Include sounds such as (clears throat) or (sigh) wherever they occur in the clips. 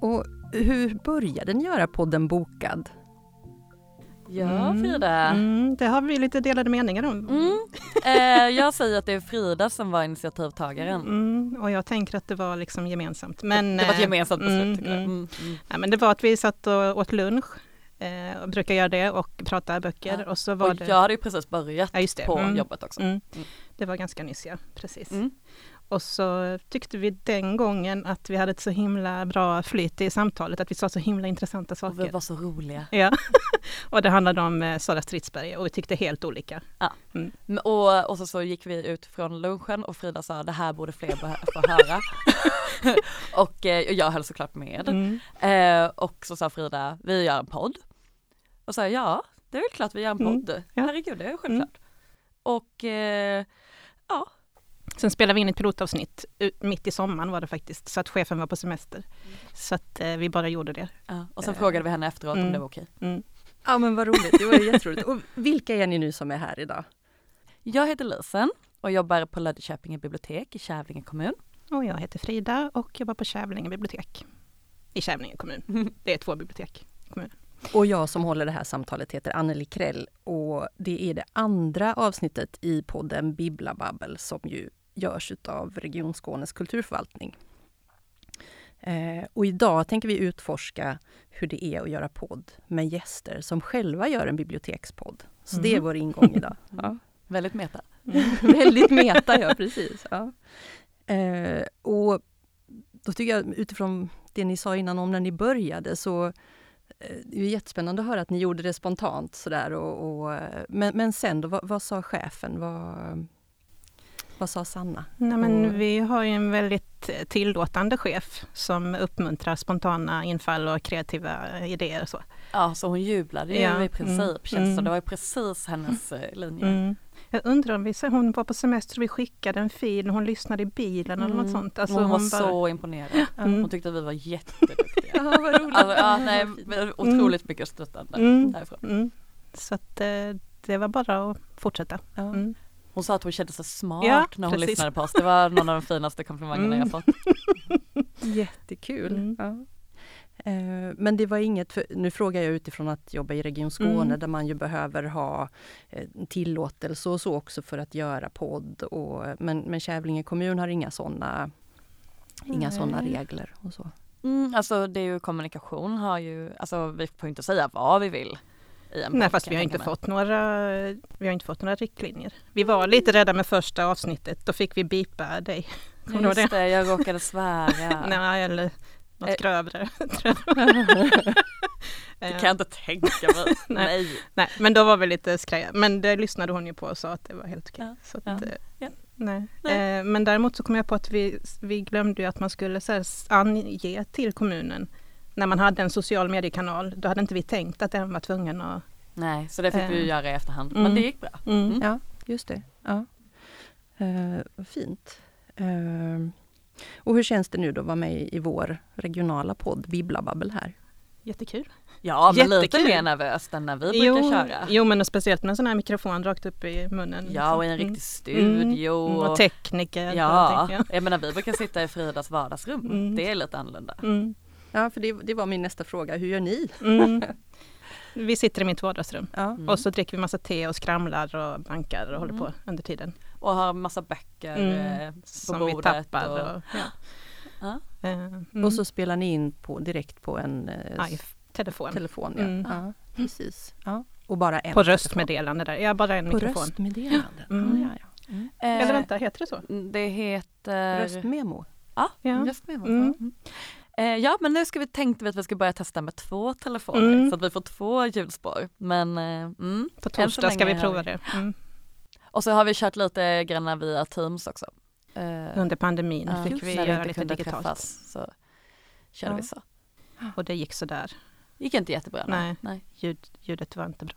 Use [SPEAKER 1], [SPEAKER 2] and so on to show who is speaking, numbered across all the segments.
[SPEAKER 1] Och hur började ni göra podden Bokad?
[SPEAKER 2] Ja,
[SPEAKER 3] Mm.
[SPEAKER 2] Frida.
[SPEAKER 3] Mm, det har vi lite delade meningar om. (laughs)
[SPEAKER 2] Mm. Eh, jag säger att det är Frida som var initiativtagaren.
[SPEAKER 3] Mm, och jag tänker att det var liksom gemensamt. Men,
[SPEAKER 2] Det var ett
[SPEAKER 3] eh,
[SPEAKER 2] gemensamt beslut.
[SPEAKER 3] mm,
[SPEAKER 2] tycker jag.
[SPEAKER 3] mm.
[SPEAKER 2] Mm. Mm.
[SPEAKER 3] Nej, men det var att vi satt och åt lunch, eh, och brukar göra det och prata böcker.
[SPEAKER 2] Ja.
[SPEAKER 3] Och så var
[SPEAKER 2] Och
[SPEAKER 3] det,
[SPEAKER 2] jag hade ju precis börjat
[SPEAKER 3] ja, just det.
[SPEAKER 2] på
[SPEAKER 3] Mm.
[SPEAKER 2] jobbet också.
[SPEAKER 3] Mm. Det var ganska nyss ja, precis.
[SPEAKER 2] Mm.
[SPEAKER 3] Och så tyckte vi den gången att vi hade ett så himla bra flyt i samtalet, att vi sa så himla intressanta
[SPEAKER 2] Och vi
[SPEAKER 3] saker.
[SPEAKER 2] var så roliga.
[SPEAKER 3] Ja, (laughs) och det handlade om eh, Sara Stridsberg och vi tyckte helt olika.
[SPEAKER 2] Men- Och, och så, så gick vi ut från lunchen och Frida sa det här borde fler behö- få höra. (laughs) och eh, och jag höll såklart med.
[SPEAKER 3] Mm.
[SPEAKER 2] Eh, och så sa Frida, vi gör en podd. Och sa jag, ja, det är väl klart vi gör en
[SPEAKER 3] Mm,
[SPEAKER 2] podd.
[SPEAKER 3] ja.
[SPEAKER 2] Herregud, det är självklart. Och eh,
[SPEAKER 3] Sen spelade vi in ett pilotavsnitt, ut- mitt i sommaren var det faktiskt, så att chefen var på semester.
[SPEAKER 2] Mm.
[SPEAKER 3] Så att eh, vi bara gjorde det.
[SPEAKER 2] ja, och sen frågade vi henne efteråt om
[SPEAKER 3] Mm.
[SPEAKER 2] det var okej.
[SPEAKER 1] Ja men vad roligt, det var ju jätteroligt. Och vilka är ni nu som är här idag?
[SPEAKER 2] Jag heter Lisen och jobbar på Löddeköpinge bibliotek i Kävlinge (laughs) kommun.
[SPEAKER 3] Och jag heter Frida och jobbar på Kävlinge bibliotek. I Kävlinge kommun. Det är två bibliotek.
[SPEAKER 1] Och jag som håller det här samtalet heter Anneli Krell och det är det andra avsnittet i podden Bibblababbel som ju görs av Region Skånes kulturförvaltning. Eh, och idag tänker vi utforska hur det är att göra podd med gäster som själva gör en bibliotekspodd. Så det är vår ingång idag. Mhm. (laughs) Ja.
[SPEAKER 2] Väldigt meta.
[SPEAKER 1] (laughs) Väldigt meta, ja precis. Ja. Eh, och då tycker jag utifrån det ni sa innan om när ni började så eh, det är ju jättespännande att höra att ni gjorde det spontant sådär. Och, och, eh, men, men sen då, vad, vad sa chefen? Vad, vad sa Sanna?
[SPEAKER 3] Nej, men
[SPEAKER 1] Mm.
[SPEAKER 3] Vi har ju en väldigt eh, tillåtande chef som uppmuntrar spontana infall och kreativa eh, idéer. Och så.
[SPEAKER 2] Ja, så hon jublade ju
[SPEAKER 3] Ja,
[SPEAKER 2] i princip
[SPEAKER 3] mm,
[SPEAKER 2] känns det som.
[SPEAKER 3] mm.
[SPEAKER 2] Det var ju precis hennes eh, linje.
[SPEAKER 3] Mm. Jag undrar om vi, så hon var på semester och vi skickade en fil och hon lyssnade i bilen eller något sånt.
[SPEAKER 2] Mm.
[SPEAKER 3] Alltså
[SPEAKER 2] hon, var
[SPEAKER 3] bara-
[SPEAKER 2] så imponerad.
[SPEAKER 3] Mm.
[SPEAKER 2] Hon tyckte att vi var
[SPEAKER 3] (laughs)
[SPEAKER 2] jätteduktiga.
[SPEAKER 1] Ja, vad roligt.
[SPEAKER 2] alltså, ja, nej, men otroligt mycket stöttande
[SPEAKER 3] Mm.
[SPEAKER 2] därifrån.
[SPEAKER 3] Mm. Så att eh, det var bara att fortsätta.
[SPEAKER 1] Ja.
[SPEAKER 3] Mm.
[SPEAKER 2] Hon sa att hon kände sig smart
[SPEAKER 3] Ja,
[SPEAKER 2] när hon
[SPEAKER 3] precis.
[SPEAKER 2] lyssnade på oss. Det var någon av de finaste komplimangerna
[SPEAKER 3] Mm.
[SPEAKER 2] jag fått.
[SPEAKER 1] Jättekul.
[SPEAKER 3] Mm.
[SPEAKER 1] Ja. Eh, Men det var inget, för, nu frågar jag utifrån att jobba i Region Skåne
[SPEAKER 3] Mm.
[SPEAKER 1] där man ju behöver ha eh, tillåtelse och så också för att göra podd. Och, men, men Kävlinge kommun har inga sådana inga
[SPEAKER 3] Nej.
[SPEAKER 1] såna regler. Och så.
[SPEAKER 2] Mm, alltså det är ju kommunikation har ju, alltså vi får ju inte säga vad vi vill. I en
[SPEAKER 3] Nej
[SPEAKER 2] bok,
[SPEAKER 3] fast
[SPEAKER 2] kan
[SPEAKER 3] vi har,
[SPEAKER 2] jag
[SPEAKER 3] inte
[SPEAKER 2] tänka mig.
[SPEAKER 3] fått några, vi har inte fått några riktlinjer. Vi var
[SPEAKER 2] Mm.
[SPEAKER 3] lite rädda med första avsnittet, då fick vi bipa dig. Kommer du ihåg det?
[SPEAKER 2] Just det, jag råkade svära.
[SPEAKER 3] (laughs) Nej, eller något
[SPEAKER 2] Eh.
[SPEAKER 3] grövre. tror
[SPEAKER 2] det
[SPEAKER 3] jag.
[SPEAKER 2] kan jag inte tänka mig. Nej.
[SPEAKER 3] (laughs) Nej, men då var vi lite skraja. Men det lyssnade hon ju på och sa att det var helt okej.
[SPEAKER 2] Ja,
[SPEAKER 3] Så att,
[SPEAKER 2] ja,
[SPEAKER 3] eh,
[SPEAKER 2] ja.
[SPEAKER 3] Nej.
[SPEAKER 2] Nej.
[SPEAKER 3] Eh, Men däremot så kom jag på att vi, vi glömde ju att man skulle så här s- ange till kommunen när man hade en social mediekanal. Då hade inte vi tänkt att den var tvungen att...
[SPEAKER 2] Nej, så det fick vi ju
[SPEAKER 3] Eh.
[SPEAKER 2] göra i efterhand. Men
[SPEAKER 3] Mm.
[SPEAKER 2] det gick bra.
[SPEAKER 3] Mm.
[SPEAKER 1] Ja, just det. Ja. Eh, vad fint. Eh, och hur känns det nu då att vara med i vår regionala podd Bibblababbel här?
[SPEAKER 3] Jättekul.
[SPEAKER 2] Ja, men lite
[SPEAKER 3] Jättekul.
[SPEAKER 2] mer nervöst än när vi brukar köra.
[SPEAKER 3] jo, men och speciellt med en sån här mikrofon rakt upp i munnen.
[SPEAKER 2] Ja, och i en
[SPEAKER 3] Mm.
[SPEAKER 2] riktig studio.
[SPEAKER 3] Mm, och
[SPEAKER 2] och-
[SPEAKER 3] tekniker. och allting,
[SPEAKER 2] Ja,
[SPEAKER 3] ja.
[SPEAKER 2] jag menar vi brukar sitta i Fridas vardagsrum.
[SPEAKER 3] Mm.
[SPEAKER 2] Det är lite annorlunda.
[SPEAKER 3] Mm.
[SPEAKER 1] Ja, för det, det var min nästa fråga. Hur gör ni?
[SPEAKER 2] (laughs)
[SPEAKER 3] Mm. Vi sitter i mitt vardagsrum
[SPEAKER 1] Ja.
[SPEAKER 2] Mm.
[SPEAKER 3] och så dricker vi massa te och skramlar och bankar och håller på under tiden.
[SPEAKER 2] Och har massa böcker
[SPEAKER 3] Mm.
[SPEAKER 2] eh, på
[SPEAKER 3] Som
[SPEAKER 2] bordet.
[SPEAKER 3] vi tappar. Och,
[SPEAKER 2] och-
[SPEAKER 3] ja.
[SPEAKER 2] Ja.
[SPEAKER 3] Eh, mm.
[SPEAKER 1] Och så spelar ni in på, direkt på en eh,
[SPEAKER 3] Aj, telefon.
[SPEAKER 1] telefon. Ja.
[SPEAKER 3] Mm.
[SPEAKER 1] ja, precis. Ja. Och bara en
[SPEAKER 3] På
[SPEAKER 1] telefon.
[SPEAKER 3] röstmeddelande där. Ja, bara en
[SPEAKER 1] På
[SPEAKER 3] mikrofon.
[SPEAKER 1] röstmeddelande.
[SPEAKER 3] Mm.
[SPEAKER 1] Ja, ja, ja.
[SPEAKER 2] Eh,
[SPEAKER 3] Eller vänta, heter det så?
[SPEAKER 2] Det heter...
[SPEAKER 1] Röstmemo.
[SPEAKER 2] Ja,
[SPEAKER 3] Ja.
[SPEAKER 2] röstmemo.
[SPEAKER 3] Mm.
[SPEAKER 2] Mm. Eh, ja men nu ska vi tänkte vi att vi ska börja testa med två telefoner
[SPEAKER 3] Mm.
[SPEAKER 2] så att vi får två ljudspår. Men, eh, mm. så
[SPEAKER 3] På torsdag ska
[SPEAKER 2] länge har
[SPEAKER 3] vi prova
[SPEAKER 2] vi-
[SPEAKER 3] det. Mm.
[SPEAKER 2] Och så har vi kört lite granna via Teams också. Eh,
[SPEAKER 3] Under pandemin
[SPEAKER 2] ja,
[SPEAKER 3] fick vi
[SPEAKER 2] när
[SPEAKER 3] göra
[SPEAKER 2] inte
[SPEAKER 3] lite
[SPEAKER 2] kunde
[SPEAKER 3] digitalt.
[SPEAKER 2] Träffas, så körde
[SPEAKER 3] Ja.
[SPEAKER 2] vi så.
[SPEAKER 3] Och det gick sådär.
[SPEAKER 2] Gick inte jättebra.
[SPEAKER 3] Nej.
[SPEAKER 2] nej.
[SPEAKER 3] Ljud, ljudet var inte bra.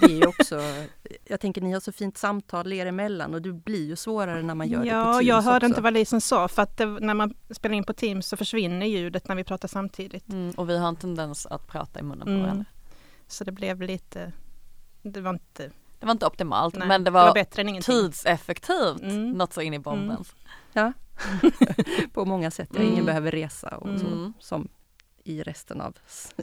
[SPEAKER 1] Det är ju också, (laughs) jag tänker ni har så fint samtal er emellan och det blir ju svårare när man gör det på
[SPEAKER 3] Ja,
[SPEAKER 1] Teams
[SPEAKER 3] jag hörde
[SPEAKER 1] också.
[SPEAKER 3] inte vad Lisen sa för att det, när man spelar in på Teams så försvinner ljudet när vi pratar samtidigt.
[SPEAKER 2] Mm, och vi har en tendens att prata i munnen på
[SPEAKER 3] Mm.
[SPEAKER 2] varandra.
[SPEAKER 3] Så det blev lite, det var inte,
[SPEAKER 2] Det var inte optimalt
[SPEAKER 3] nej,
[SPEAKER 2] men det var, typ-
[SPEAKER 3] bättre än ingenting.
[SPEAKER 2] tidseffektivt.
[SPEAKER 3] Mm.
[SPEAKER 2] Något så in i bomben.
[SPEAKER 1] På många sätt, ja. ingen
[SPEAKER 3] Mm.
[SPEAKER 1] behöver resa och så,
[SPEAKER 2] Mm.
[SPEAKER 1] som i resten av s-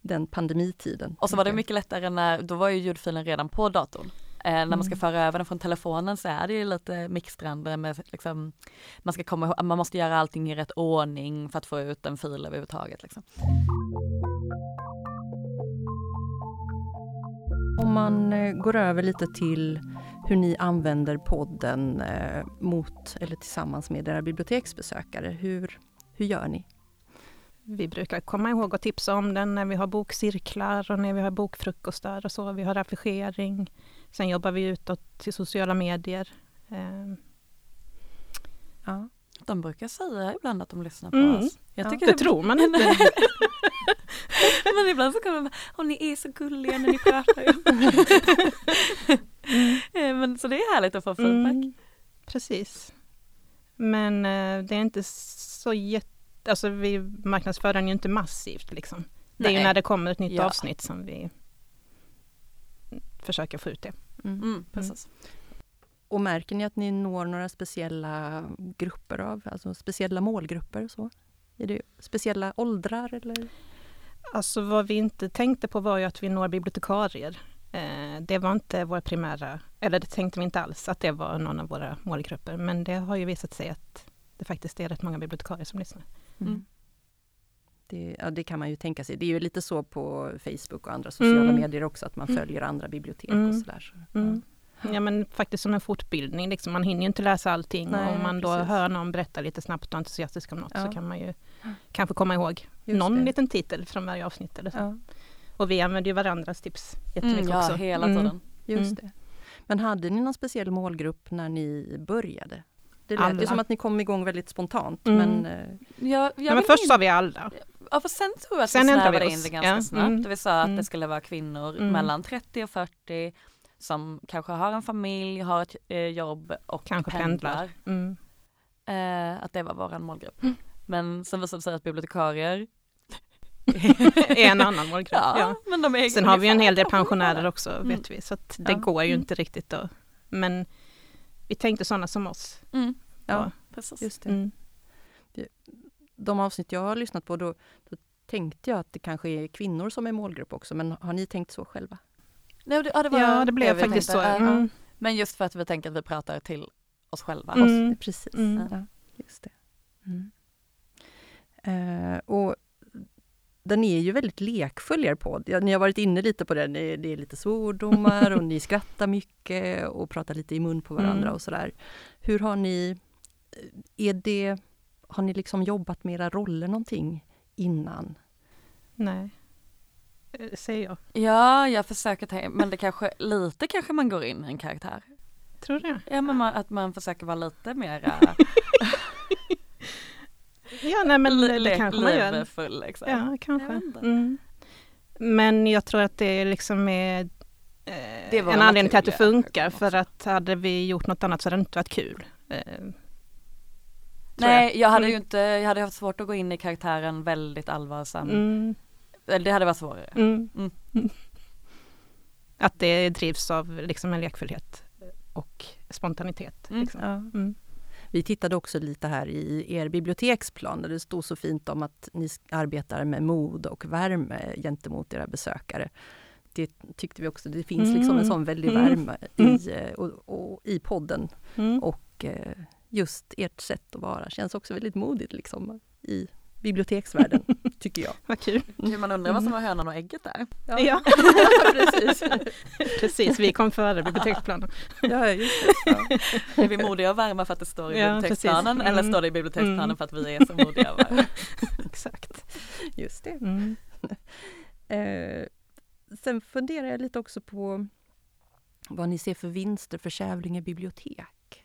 [SPEAKER 1] den pandemitiden.
[SPEAKER 2] Och så var det mycket lättare när, då var ju ljudfilen redan på datorn. Eh, när
[SPEAKER 3] Mm.
[SPEAKER 2] man ska föra över den från telefonen så är det ju lite mixtrande med liksom, man, ska komma, ihåg- man måste göra allting i rätt ordning för att få ut en fil överhuvudtaget. Liksom.
[SPEAKER 1] Om man eh, går över lite till hur ni använder podden eh, mot eller tillsammans med era biblioteksbesökare. Hur, hur gör ni?
[SPEAKER 3] Vi brukar komma ihåg att tipsa om den när vi har bokcirklar och när vi har bokfrukostar och så. Vi har affischering. Sen jobbar vi utåt till sociala medier. Eh,
[SPEAKER 1] Ja.
[SPEAKER 2] De brukar säga ibland att de lyssnar på
[SPEAKER 3] Mm.
[SPEAKER 2] oss. Jag
[SPEAKER 1] Ja.
[SPEAKER 2] tycker
[SPEAKER 3] Det
[SPEAKER 2] det, (laughs)
[SPEAKER 3] tror man inte.
[SPEAKER 2] men ibland så kommer de och ni är så gulliga när ni
[SPEAKER 3] (laughs)
[SPEAKER 2] pratar. (laughs) Eh, men, så det är härligt att få feedback.
[SPEAKER 3] Mm, precis. Men eh, det är inte så jätte... Alltså vi marknadsför den ju inte massivt liksom. Det är ju
[SPEAKER 2] Nej.
[SPEAKER 3] när det kommer ett nytt
[SPEAKER 2] Ja.
[SPEAKER 3] avsnitt som vi försöker få ut det.
[SPEAKER 1] Mm.
[SPEAKER 2] Mm, precis.
[SPEAKER 1] Och märker ni att ni når några speciella grupper av, alltså speciella målgrupper och så? Är det speciella åldrar eller?
[SPEAKER 3] Alltså vad vi inte tänkte på var ju att vi når bibliotekarier. Eh, det var inte vår primära, eller det tänkte vi inte alls att det var någon av våra målgrupper. Men det har ju visat sig att det faktiskt är rätt många bibliotekarier som lyssnar.
[SPEAKER 2] Mm.
[SPEAKER 1] Det, ja, det kan man ju tänka sig. Det är ju lite så på Facebook och andra sociala
[SPEAKER 3] Mm.
[SPEAKER 1] medier också, att man
[SPEAKER 3] Mm.
[SPEAKER 1] följer andra bibliotek och
[SPEAKER 3] Mm.
[SPEAKER 1] sådär. Så,
[SPEAKER 3] Mm. Ja men faktiskt som en fortbildning, liksom. man hinner ju inte läsa allting.
[SPEAKER 1] Nej,
[SPEAKER 3] om man då
[SPEAKER 1] precis.
[SPEAKER 3] hör någon berätta lite snabbt och entusiastisk om något
[SPEAKER 1] Ja.
[SPEAKER 3] så kan man ju kanske komma ihåg
[SPEAKER 1] Just
[SPEAKER 3] någon
[SPEAKER 1] det.
[SPEAKER 3] liten titel från varje avsnitt. Eller så.
[SPEAKER 1] Ja,
[SPEAKER 3] Och vi använder ju varandras tips jättemycket
[SPEAKER 2] Mm, ja,
[SPEAKER 3] också.
[SPEAKER 2] hela
[SPEAKER 3] Mm.
[SPEAKER 2] tiden.
[SPEAKER 1] just
[SPEAKER 3] Mm.
[SPEAKER 1] det. Men hade ni någon speciell målgrupp när ni började? Det lät ju
[SPEAKER 3] Alla.
[SPEAKER 1] som att ni kom igång väldigt spontant,
[SPEAKER 3] Mm.
[SPEAKER 1] men eh,
[SPEAKER 2] Jag, jag
[SPEAKER 3] Nej, men
[SPEAKER 2] vill
[SPEAKER 3] först sa vi alla.
[SPEAKER 2] Ja för sen tror jag att
[SPEAKER 3] Sen
[SPEAKER 2] vi
[SPEAKER 3] ändrar vi
[SPEAKER 2] snävade in
[SPEAKER 3] oss.
[SPEAKER 2] det ganska
[SPEAKER 3] Ja,
[SPEAKER 2] snabbt.
[SPEAKER 3] mm,
[SPEAKER 2] Vi sa att det
[SPEAKER 3] mm.
[SPEAKER 2] skulle vara kvinnor
[SPEAKER 3] Mm.
[SPEAKER 2] mellan 30 och 40 som kanske har en familj, har ett eh, jobb och
[SPEAKER 3] Kanske pendlar. Mm.
[SPEAKER 2] pendlar. Eh, att det var våran målgrupp. Men sen visade det sig att biblekarier,
[SPEAKER 3] (laughs) är en annan målgrupp.
[SPEAKER 2] ja,
[SPEAKER 3] Ja.
[SPEAKER 2] men de är
[SPEAKER 3] Sen har vi ju en hel del
[SPEAKER 2] ungefär-
[SPEAKER 3] pensionärer också vet vi, så att det
[SPEAKER 1] Ja.
[SPEAKER 3] går ju
[SPEAKER 1] Mm.
[SPEAKER 3] inte riktigt då. Men vi tänkte sådana som oss.
[SPEAKER 2] Mm,
[SPEAKER 1] ja,
[SPEAKER 3] Ja.
[SPEAKER 2] precis.
[SPEAKER 1] just det.
[SPEAKER 3] Mm.
[SPEAKER 1] De avsnitt jag har lyssnat på, då, då tänkte jag att det kanske är kvinnor som är målgrupp också, men har ni tänkt så själva?
[SPEAKER 2] Nej, det, ja, det, var
[SPEAKER 3] Ja, det blev
[SPEAKER 2] vi
[SPEAKER 3] faktiskt så.
[SPEAKER 2] tänkte. Ja,
[SPEAKER 3] Mm.
[SPEAKER 2] Men just för att vi tänker att vi pratar till oss själva.
[SPEAKER 3] Mm.
[SPEAKER 1] Precis.
[SPEAKER 3] Mm.
[SPEAKER 1] Ja, just det. Mm. Eh, och den är ju väldigt lekfull er podd. Ja, ni har varit inne lite på det, Ni- det är lite svordomar och ni skrattar mycket och pratar lite i mun på varandra
[SPEAKER 3] Mm.
[SPEAKER 1] och sådär. Hur har ni, eh, är det, har ni liksom jobbat med era roller någonting innan?
[SPEAKER 3] Nej, Eh, säger jag.
[SPEAKER 2] Ja, jag försöker tänka, men det kanske, lite kanske man går in i en karaktär.
[SPEAKER 3] Tror du det?
[SPEAKER 2] Ja, men man, att man försöker vara lite mer
[SPEAKER 3] Ja, nej, (laughs) men det,
[SPEAKER 2] le-
[SPEAKER 3] kanske man gör.
[SPEAKER 2] leverfull, liksom.
[SPEAKER 3] Ja, kanske.
[SPEAKER 2] Jag vet inte.
[SPEAKER 3] Mm. Men jag tror att det liksom är eh,
[SPEAKER 2] Det var
[SPEAKER 3] en anledning till att det
[SPEAKER 2] naturliga
[SPEAKER 3] funkar.
[SPEAKER 2] också.
[SPEAKER 3] För att hade vi gjort något annat så hade det inte varit kul. Eh, tror
[SPEAKER 2] Nej, jag. hade ju
[SPEAKER 3] Mm.
[SPEAKER 2] inte, jag hade haft svårt att gå in i karaktären väldigt allvarsam.
[SPEAKER 3] Mm.
[SPEAKER 2] Eller Det hade varit svårare.
[SPEAKER 3] Mm.
[SPEAKER 2] Mm.
[SPEAKER 3] Att det drivs av liksom en lekfullhet och spontanitet.
[SPEAKER 2] Mm.
[SPEAKER 3] Liksom. Mm.
[SPEAKER 1] Vi tittade också lite här i er biblioteksplan där det stod så fint om att ni s- arbetar med mod och värme gentemot era besökare. Det tyckte vi också, det finns liksom en
[SPEAKER 3] Mm.
[SPEAKER 1] sån väldig
[SPEAKER 3] Mm.
[SPEAKER 1] värme i, eh, och, och, i podden
[SPEAKER 3] Mm.
[SPEAKER 1] och eh, just ert sätt att vara känns också väldigt modigt liksom i
[SPEAKER 3] (laughs)
[SPEAKER 1] biblioteksvärlden, tycker jag.
[SPEAKER 3] Vad kul.
[SPEAKER 2] Hur man undrar vad som var
[SPEAKER 3] Mm.
[SPEAKER 2] hönan och ägget där.
[SPEAKER 1] Ja, (laughs)
[SPEAKER 3] (laughs) precis. (laughs) precis. Vi kom före biblioteksplanen.
[SPEAKER 1] ja, just det. Ja.
[SPEAKER 2] Är vi modiga och varma för att det står i
[SPEAKER 3] Ja,
[SPEAKER 2] biblioteksplanen
[SPEAKER 3] precis.
[SPEAKER 2] eller
[SPEAKER 3] Mm.
[SPEAKER 2] står det i biblioteksplanen
[SPEAKER 3] Mm.
[SPEAKER 2] för att vi är så modiga och varma?
[SPEAKER 3] Exakt.
[SPEAKER 1] Just det.
[SPEAKER 3] Mm.
[SPEAKER 1] Eh, sen funderar jag lite också på vad ni ser för vinster för Kävlinge bibliotek.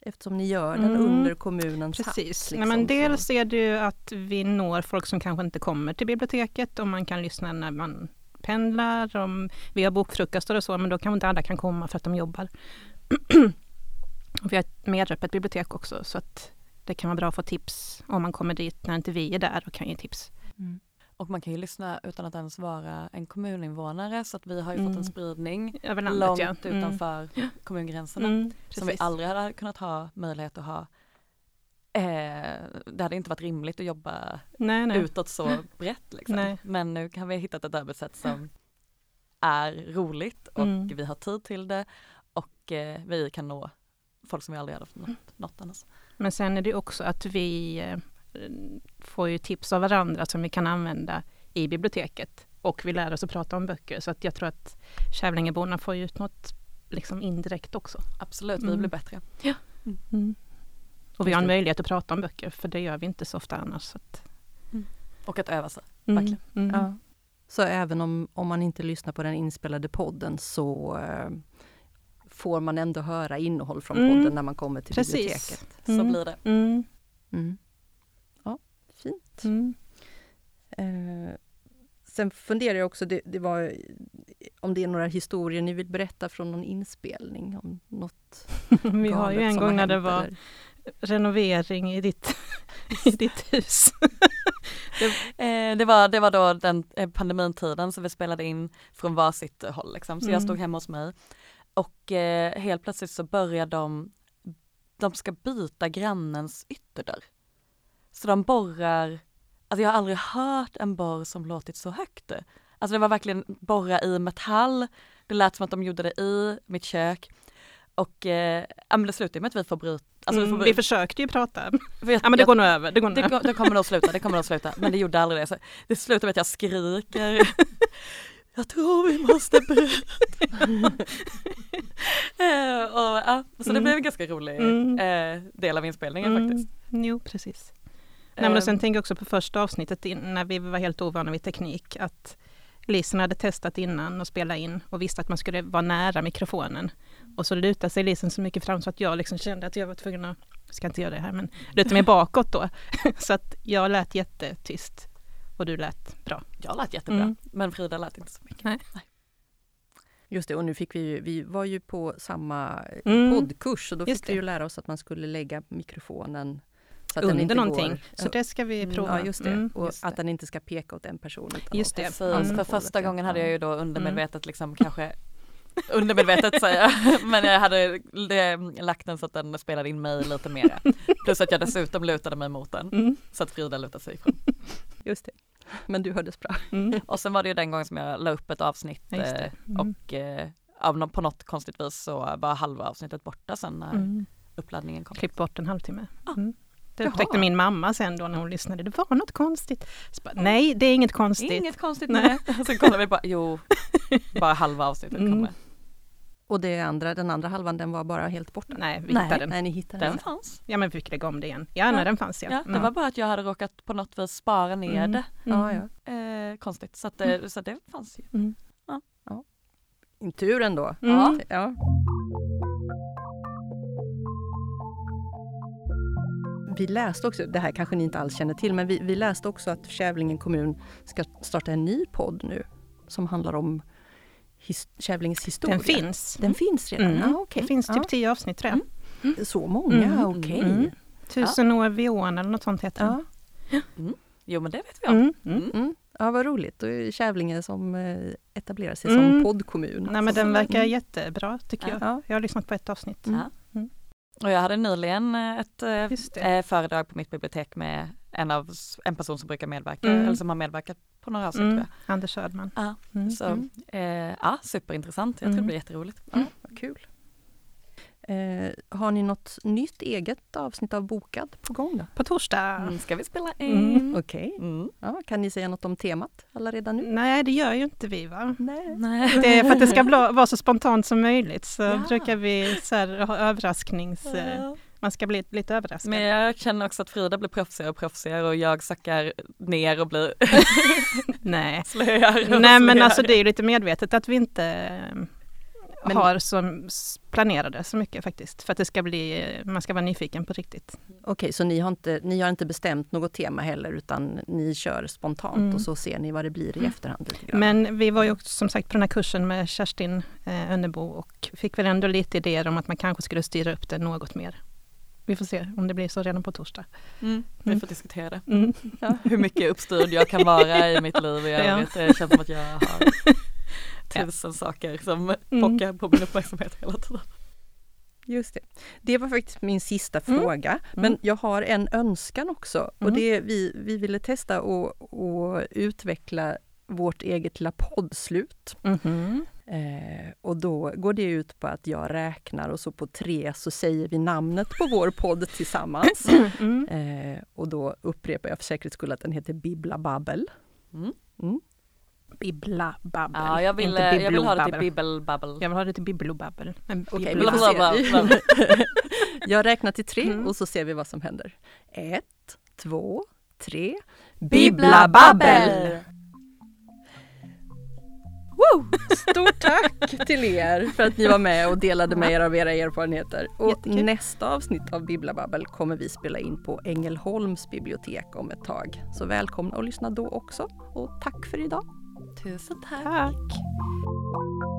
[SPEAKER 1] Eftersom ni gör den
[SPEAKER 3] Mm.
[SPEAKER 1] under kommunens hatt.
[SPEAKER 3] Precis.
[SPEAKER 1] liksom,
[SPEAKER 3] Nej, men dels
[SPEAKER 1] så-
[SPEAKER 3] är det ju att vi når folk som kanske inte kommer till biblioteket och man kan lyssna när man pendlar, om vi har bokfrukostar och så, men då kanske inte alla kan komma för att de jobbar. (clears throat) och vi har ett medöppet bibliotek också, så att det kan vara bra att få tips om man kommer dit när inte vi är där och kan ge tips.
[SPEAKER 1] Mm.
[SPEAKER 2] Och man kan ju lyssna utan att ens vara en kommuninvånare så att vi har ju fått
[SPEAKER 3] Mm.
[SPEAKER 2] en spridning
[SPEAKER 3] Över landet,
[SPEAKER 2] långt
[SPEAKER 3] ja. Mm.
[SPEAKER 2] utanför kommungränserna
[SPEAKER 3] Mm,
[SPEAKER 2] som vi
[SPEAKER 3] precis.
[SPEAKER 2] aldrig hade kunnat ha möjlighet att ha Eh, det hade inte varit rimligt att jobba
[SPEAKER 3] Nej, nej.
[SPEAKER 2] utåt
[SPEAKER 3] (laughs)
[SPEAKER 2] så brett. Liksom.
[SPEAKER 3] Nej.
[SPEAKER 2] Men nu kan vi ha hittat ett arbetssätt som är roligt och
[SPEAKER 3] Mm.
[SPEAKER 2] vi har tid till det och eh, vi kan nå folk som vi aldrig hade nått, nått annars.
[SPEAKER 3] Men sen är det ju också att vi eh, får ju tips av varandra som vi kan använda i biblioteket. Och vi lär oss att prata om böcker. Så att jag tror att Kävlingeborna får ju ut något liksom indirekt också.
[SPEAKER 2] Absolut, vi
[SPEAKER 3] Mm.
[SPEAKER 2] blir bättre.
[SPEAKER 3] Och vi
[SPEAKER 2] Just
[SPEAKER 3] har en
[SPEAKER 2] det.
[SPEAKER 3] möjlighet att prata om böcker, för det gör vi inte så ofta annars. Så att,
[SPEAKER 2] Och att öva sig.
[SPEAKER 3] mm,
[SPEAKER 2] Verkligen.
[SPEAKER 3] mm.
[SPEAKER 1] Ja. Så även om, om man inte lyssnar på den inspelade podden så eh, får man ändå höra innehåll från
[SPEAKER 3] Mm.
[SPEAKER 1] podden när man kommer till
[SPEAKER 3] Precis.
[SPEAKER 1] biblioteket.
[SPEAKER 2] Så
[SPEAKER 3] Mm.
[SPEAKER 2] blir det.
[SPEAKER 3] Mm,
[SPEAKER 1] Mm. Ja, fint.
[SPEAKER 3] mm, (laughs)
[SPEAKER 1] Eh, sen funderar jag också, det, det var, om det är några historier ni vill berätta från någon inspelning? Om något
[SPEAKER 3] Vi har ju
[SPEAKER 1] galet
[SPEAKER 3] en
[SPEAKER 1] som
[SPEAKER 3] gång
[SPEAKER 1] har
[SPEAKER 3] när det
[SPEAKER 1] hänt,
[SPEAKER 3] var
[SPEAKER 1] eller?
[SPEAKER 3] renovering i ditt, (laughs) i ditt hus.
[SPEAKER 2] Eh, det, var, det var då den eh, pandemintiden så vi spelade in från varsitt håll. Liksom. Så jag
[SPEAKER 3] Mm.
[SPEAKER 2] stod hemma hos mig och eh, helt plötsligt så börjar de, de ska byta grannens ytterdörr. Så de borrar, alltså jag har aldrig hört en borr som låtit så högt. Alltså det var verkligen borra i metall, det lät som att de gjorde det i mitt kök. Och eh, ja, men det slutade med att vi får bryta. Alltså vi får
[SPEAKER 3] Mm,
[SPEAKER 2] bry-
[SPEAKER 3] vi försökte ju prata.
[SPEAKER 2] för jag-
[SPEAKER 3] Ja, men det
[SPEAKER 2] jag-
[SPEAKER 3] går nog över. Det går nog
[SPEAKER 2] det,
[SPEAKER 3] över.
[SPEAKER 2] ko- det kommer nog sluta, det kommer nog sluta. Men det gjorde aldrig det. Så det slutade med att jag skriker. (laughs) Jag tror vi måste bryta. Eh, och, ja, så det
[SPEAKER 3] Mm.
[SPEAKER 2] blev en ganska rolig
[SPEAKER 3] Mm.
[SPEAKER 2] eh, del av inspelningen faktiskt.
[SPEAKER 3] Mm, jo, precis. Ehm. Nej, men
[SPEAKER 2] Eh,
[SPEAKER 3] och sen tänker jag också på första avsnittet in, när vi var helt ovana vid teknik. Att Lisen hade testat innan och spela in och visste att man skulle vara nära mikrofonen. Och så lutade sig Lisen så mycket fram så att jag liksom kände att jag var tvungen att, jag ska inte göra det här, men luta mig bakåt då. (laughs) så att jag lät jättetyst och du lät bra.
[SPEAKER 2] Jag lät jättebra,
[SPEAKER 3] Mm.
[SPEAKER 2] men Frida lät inte så mycket.
[SPEAKER 1] Just det, och nu fick vi ju, vi var ju på samma
[SPEAKER 3] Mm.
[SPEAKER 1] poddkurs och då
[SPEAKER 3] Just
[SPEAKER 1] fick vi
[SPEAKER 3] det.
[SPEAKER 1] ju lära oss att man skulle lägga mikrofonen så att den inte
[SPEAKER 3] Under
[SPEAKER 1] Går,
[SPEAKER 3] någonting. Så
[SPEAKER 1] Ja,
[SPEAKER 3] det ska vi
[SPEAKER 2] Mm,
[SPEAKER 3] prova.
[SPEAKER 1] Ja, just det.
[SPEAKER 3] Mm.
[SPEAKER 1] och
[SPEAKER 2] just
[SPEAKER 1] att
[SPEAKER 2] det.
[SPEAKER 1] den inte ska peka åt en person. Utan
[SPEAKER 3] Just
[SPEAKER 1] åt-
[SPEAKER 3] det.
[SPEAKER 2] Precis,
[SPEAKER 3] Mm.
[SPEAKER 2] för första gången hade jag ju då undermedvetet liksom kanske (laughs) Undermedvetet säger jag, (laughs) men jag hade eh, lagt den så att den spelade in mig lite (laughs) mera. Plus att jag dessutom lutade mig mot den
[SPEAKER 3] Mm.
[SPEAKER 2] så att Frida lutade sig ifrån.
[SPEAKER 1] Just det. (laughs) Men du hördes bra.
[SPEAKER 3] Mm.
[SPEAKER 2] Och sen var det ju den gången som jag la upp ett avsnitt
[SPEAKER 3] Ja, just det.
[SPEAKER 2] eh,
[SPEAKER 3] Mm.
[SPEAKER 2] och eh, av nå- på något konstigt vis så var halva avsnittet borta sen när
[SPEAKER 3] Mm.
[SPEAKER 2] uppladdningen kom.
[SPEAKER 3] klippt bort en halvtimme.
[SPEAKER 2] Ah.
[SPEAKER 3] Mm. Det
[SPEAKER 1] Jaha.
[SPEAKER 3] upptäckte min mamma sen då när hon lyssnade. Det var något konstigt. Så
[SPEAKER 1] Mm.
[SPEAKER 3] bara, Nej, det är inget konstigt.
[SPEAKER 2] Inget konstigt med
[SPEAKER 3] Nej.
[SPEAKER 2] det. Sen kollade vi bara, jo, bara halva avsnittet kom
[SPEAKER 3] Mm.
[SPEAKER 2] med.
[SPEAKER 1] Och det andra, den andra halvan, den var bara helt borta.
[SPEAKER 3] Nej, vi hittade den.
[SPEAKER 1] Nej, ni hittade
[SPEAKER 2] Den
[SPEAKER 1] den.
[SPEAKER 2] fanns.
[SPEAKER 3] Ja, men vi fick lägga om det igen. Ja, nej, den fanns ja.
[SPEAKER 2] Ja, det
[SPEAKER 3] Mm.
[SPEAKER 2] var bara att jag hade råkat på något vis spara ner
[SPEAKER 3] Mm.
[SPEAKER 2] det.
[SPEAKER 3] Mm.
[SPEAKER 1] Ja, ja.
[SPEAKER 2] Eh, konstigt, så, att, eh, så att det fanns ju.
[SPEAKER 3] Mm.
[SPEAKER 1] Tur ändå.
[SPEAKER 3] Mm.
[SPEAKER 1] Ja. Vi läste också, det här kanske ni inte alls känner till, men vi, vi läste också att Kävlinge kommun ska starta en ny podd nu som handlar om his, Kävlinges historia.
[SPEAKER 3] Den finns.
[SPEAKER 1] Den finns redan?
[SPEAKER 3] Mm.
[SPEAKER 1] Ah, okej.
[SPEAKER 3] Det finns
[SPEAKER 1] Ja.
[SPEAKER 3] typ tio avsnitt tror jag.
[SPEAKER 1] Så många,
[SPEAKER 3] Mm.
[SPEAKER 1] okej.
[SPEAKER 3] Mm. Tusen år vid ån eller något sånt heter den.
[SPEAKER 1] Ja.
[SPEAKER 2] Jo men det vet vi om.
[SPEAKER 3] Mm. Mm.
[SPEAKER 2] Mm.
[SPEAKER 1] Mm. ja, vad roligt. Då är det Kävlinge som eh, etablerar sig som
[SPEAKER 3] Mm.
[SPEAKER 1] poddkommun.
[SPEAKER 3] Nej, men den
[SPEAKER 1] Mm.
[SPEAKER 3] verkar jättebra tycker jag.
[SPEAKER 1] Ja.
[SPEAKER 3] Jag har lyssnat på ett avsnitt.
[SPEAKER 1] Mm.
[SPEAKER 2] Och jag hade nyligen eh, ett eh,
[SPEAKER 3] Just det.
[SPEAKER 2] eh, föredrag på mitt bibliotek med en, av, s- en person som brukar medverka,
[SPEAKER 3] Mm.
[SPEAKER 2] eller som har medverkat på några avsnitt.
[SPEAKER 3] Mm.
[SPEAKER 2] tror
[SPEAKER 3] Anders Södman.
[SPEAKER 2] jag. Ja.
[SPEAKER 3] Mm.
[SPEAKER 2] Så eh, ja, superintressant. Jag tror det
[SPEAKER 3] Mm.
[SPEAKER 2] blir jätteroligt.
[SPEAKER 1] Vad kul. Eh, har ni något nytt eget avsnitt av Bokad på gång? Då?
[SPEAKER 3] På torsdag.
[SPEAKER 2] Mm, ska vi spela in?
[SPEAKER 3] Mm.
[SPEAKER 1] Okej.
[SPEAKER 2] Mm.
[SPEAKER 1] Ja, kan ni säga något om temat alla redan nu?
[SPEAKER 3] Nej, det gör ju inte vi va?
[SPEAKER 1] Mm. Nej.
[SPEAKER 2] Nej.
[SPEAKER 3] Det är för att det ska bla- vara så spontant som möjligt så
[SPEAKER 2] Ja.
[SPEAKER 3] brukar vi så här, ha överrasknings... eh, Man ska bli lite överraskad.
[SPEAKER 2] Men jag känner också att Frida blir proffsigare och proffsigare och jag sackar ner och (laughs) blir (laughs)
[SPEAKER 3] Nej.
[SPEAKER 2] slöare. och
[SPEAKER 3] Nej men
[SPEAKER 2] slöare.
[SPEAKER 3] alltså det är ju lite medvetet att vi inte eh,
[SPEAKER 1] Men-
[SPEAKER 3] har som s- planerade så mycket faktiskt. För att det ska bli, eh, man ska vara nyfiken på riktigt.
[SPEAKER 1] Okej, så ni har, inte, ni har inte bestämt något tema heller utan ni kör spontant
[SPEAKER 3] Mm.
[SPEAKER 1] och så ser ni vad det blir i efterhand. Lite grann.
[SPEAKER 3] Men vi var ju också som sagt på den här kursen med Kerstin eh, Önnebo och fick väl ändå lite idéer om att man kanske skulle styra upp det något mer. Vi får se om det blir så redan på torsdag.
[SPEAKER 2] Mm, vi
[SPEAKER 3] Mm.
[SPEAKER 2] får diskutera det.
[SPEAKER 3] Mm. (laughs)
[SPEAKER 2] Hur mycket uppstyrd jag kan vara i mitt liv i
[SPEAKER 3] Ja.
[SPEAKER 2] övrigt. Det känns som att jag har (laughs) Mm. tusen saker som pockar på min uppmärksamhet hela tiden.
[SPEAKER 1] Just det. Det var faktiskt min sista
[SPEAKER 3] Mm.
[SPEAKER 1] fråga. Men
[SPEAKER 3] Mm.
[SPEAKER 1] jag har en önskan också. Och
[SPEAKER 3] Mm.
[SPEAKER 1] det vi, vi ville testa och, och utveckla vårt eget lilla poddslut.
[SPEAKER 3] Mhm.
[SPEAKER 1] Eh, och då går det ut på att jag räknar och så på tre så säger vi namnet på vår
[SPEAKER 3] (laughs)
[SPEAKER 1] podd tillsammans.
[SPEAKER 3] Mm.
[SPEAKER 1] Eh, och då upprepar jag för säkerhets skull att den heter Bibbla Babbel.
[SPEAKER 2] Mm.
[SPEAKER 3] Bibbla babbel.
[SPEAKER 2] Ja, jag vill,
[SPEAKER 3] inte
[SPEAKER 2] eh, jag vill ha det till
[SPEAKER 3] bibblobabbel.
[SPEAKER 2] bibbelbabbel.
[SPEAKER 3] Jag vill ha det till bibblobabbel. Men
[SPEAKER 1] Okej,
[SPEAKER 3] bibbla-
[SPEAKER 1] men-
[SPEAKER 2] Blablabla.
[SPEAKER 1] Jag räknar till tre
[SPEAKER 3] Mm.
[SPEAKER 1] och så ser vi vad som händer. Ett, två, tre.
[SPEAKER 3] Bibbla babbel!
[SPEAKER 1] Stort tack till er för att ni var med och delade med er av era erfarenheter. Och
[SPEAKER 3] Jättekul.
[SPEAKER 1] nästa avsnitt av Bibbla Babbel kommer vi spela in på Ängelholms bibliotek om ett tag. Så välkomna att lyssna då också. Och tack för idag.
[SPEAKER 2] Tusen tack.
[SPEAKER 3] Tack.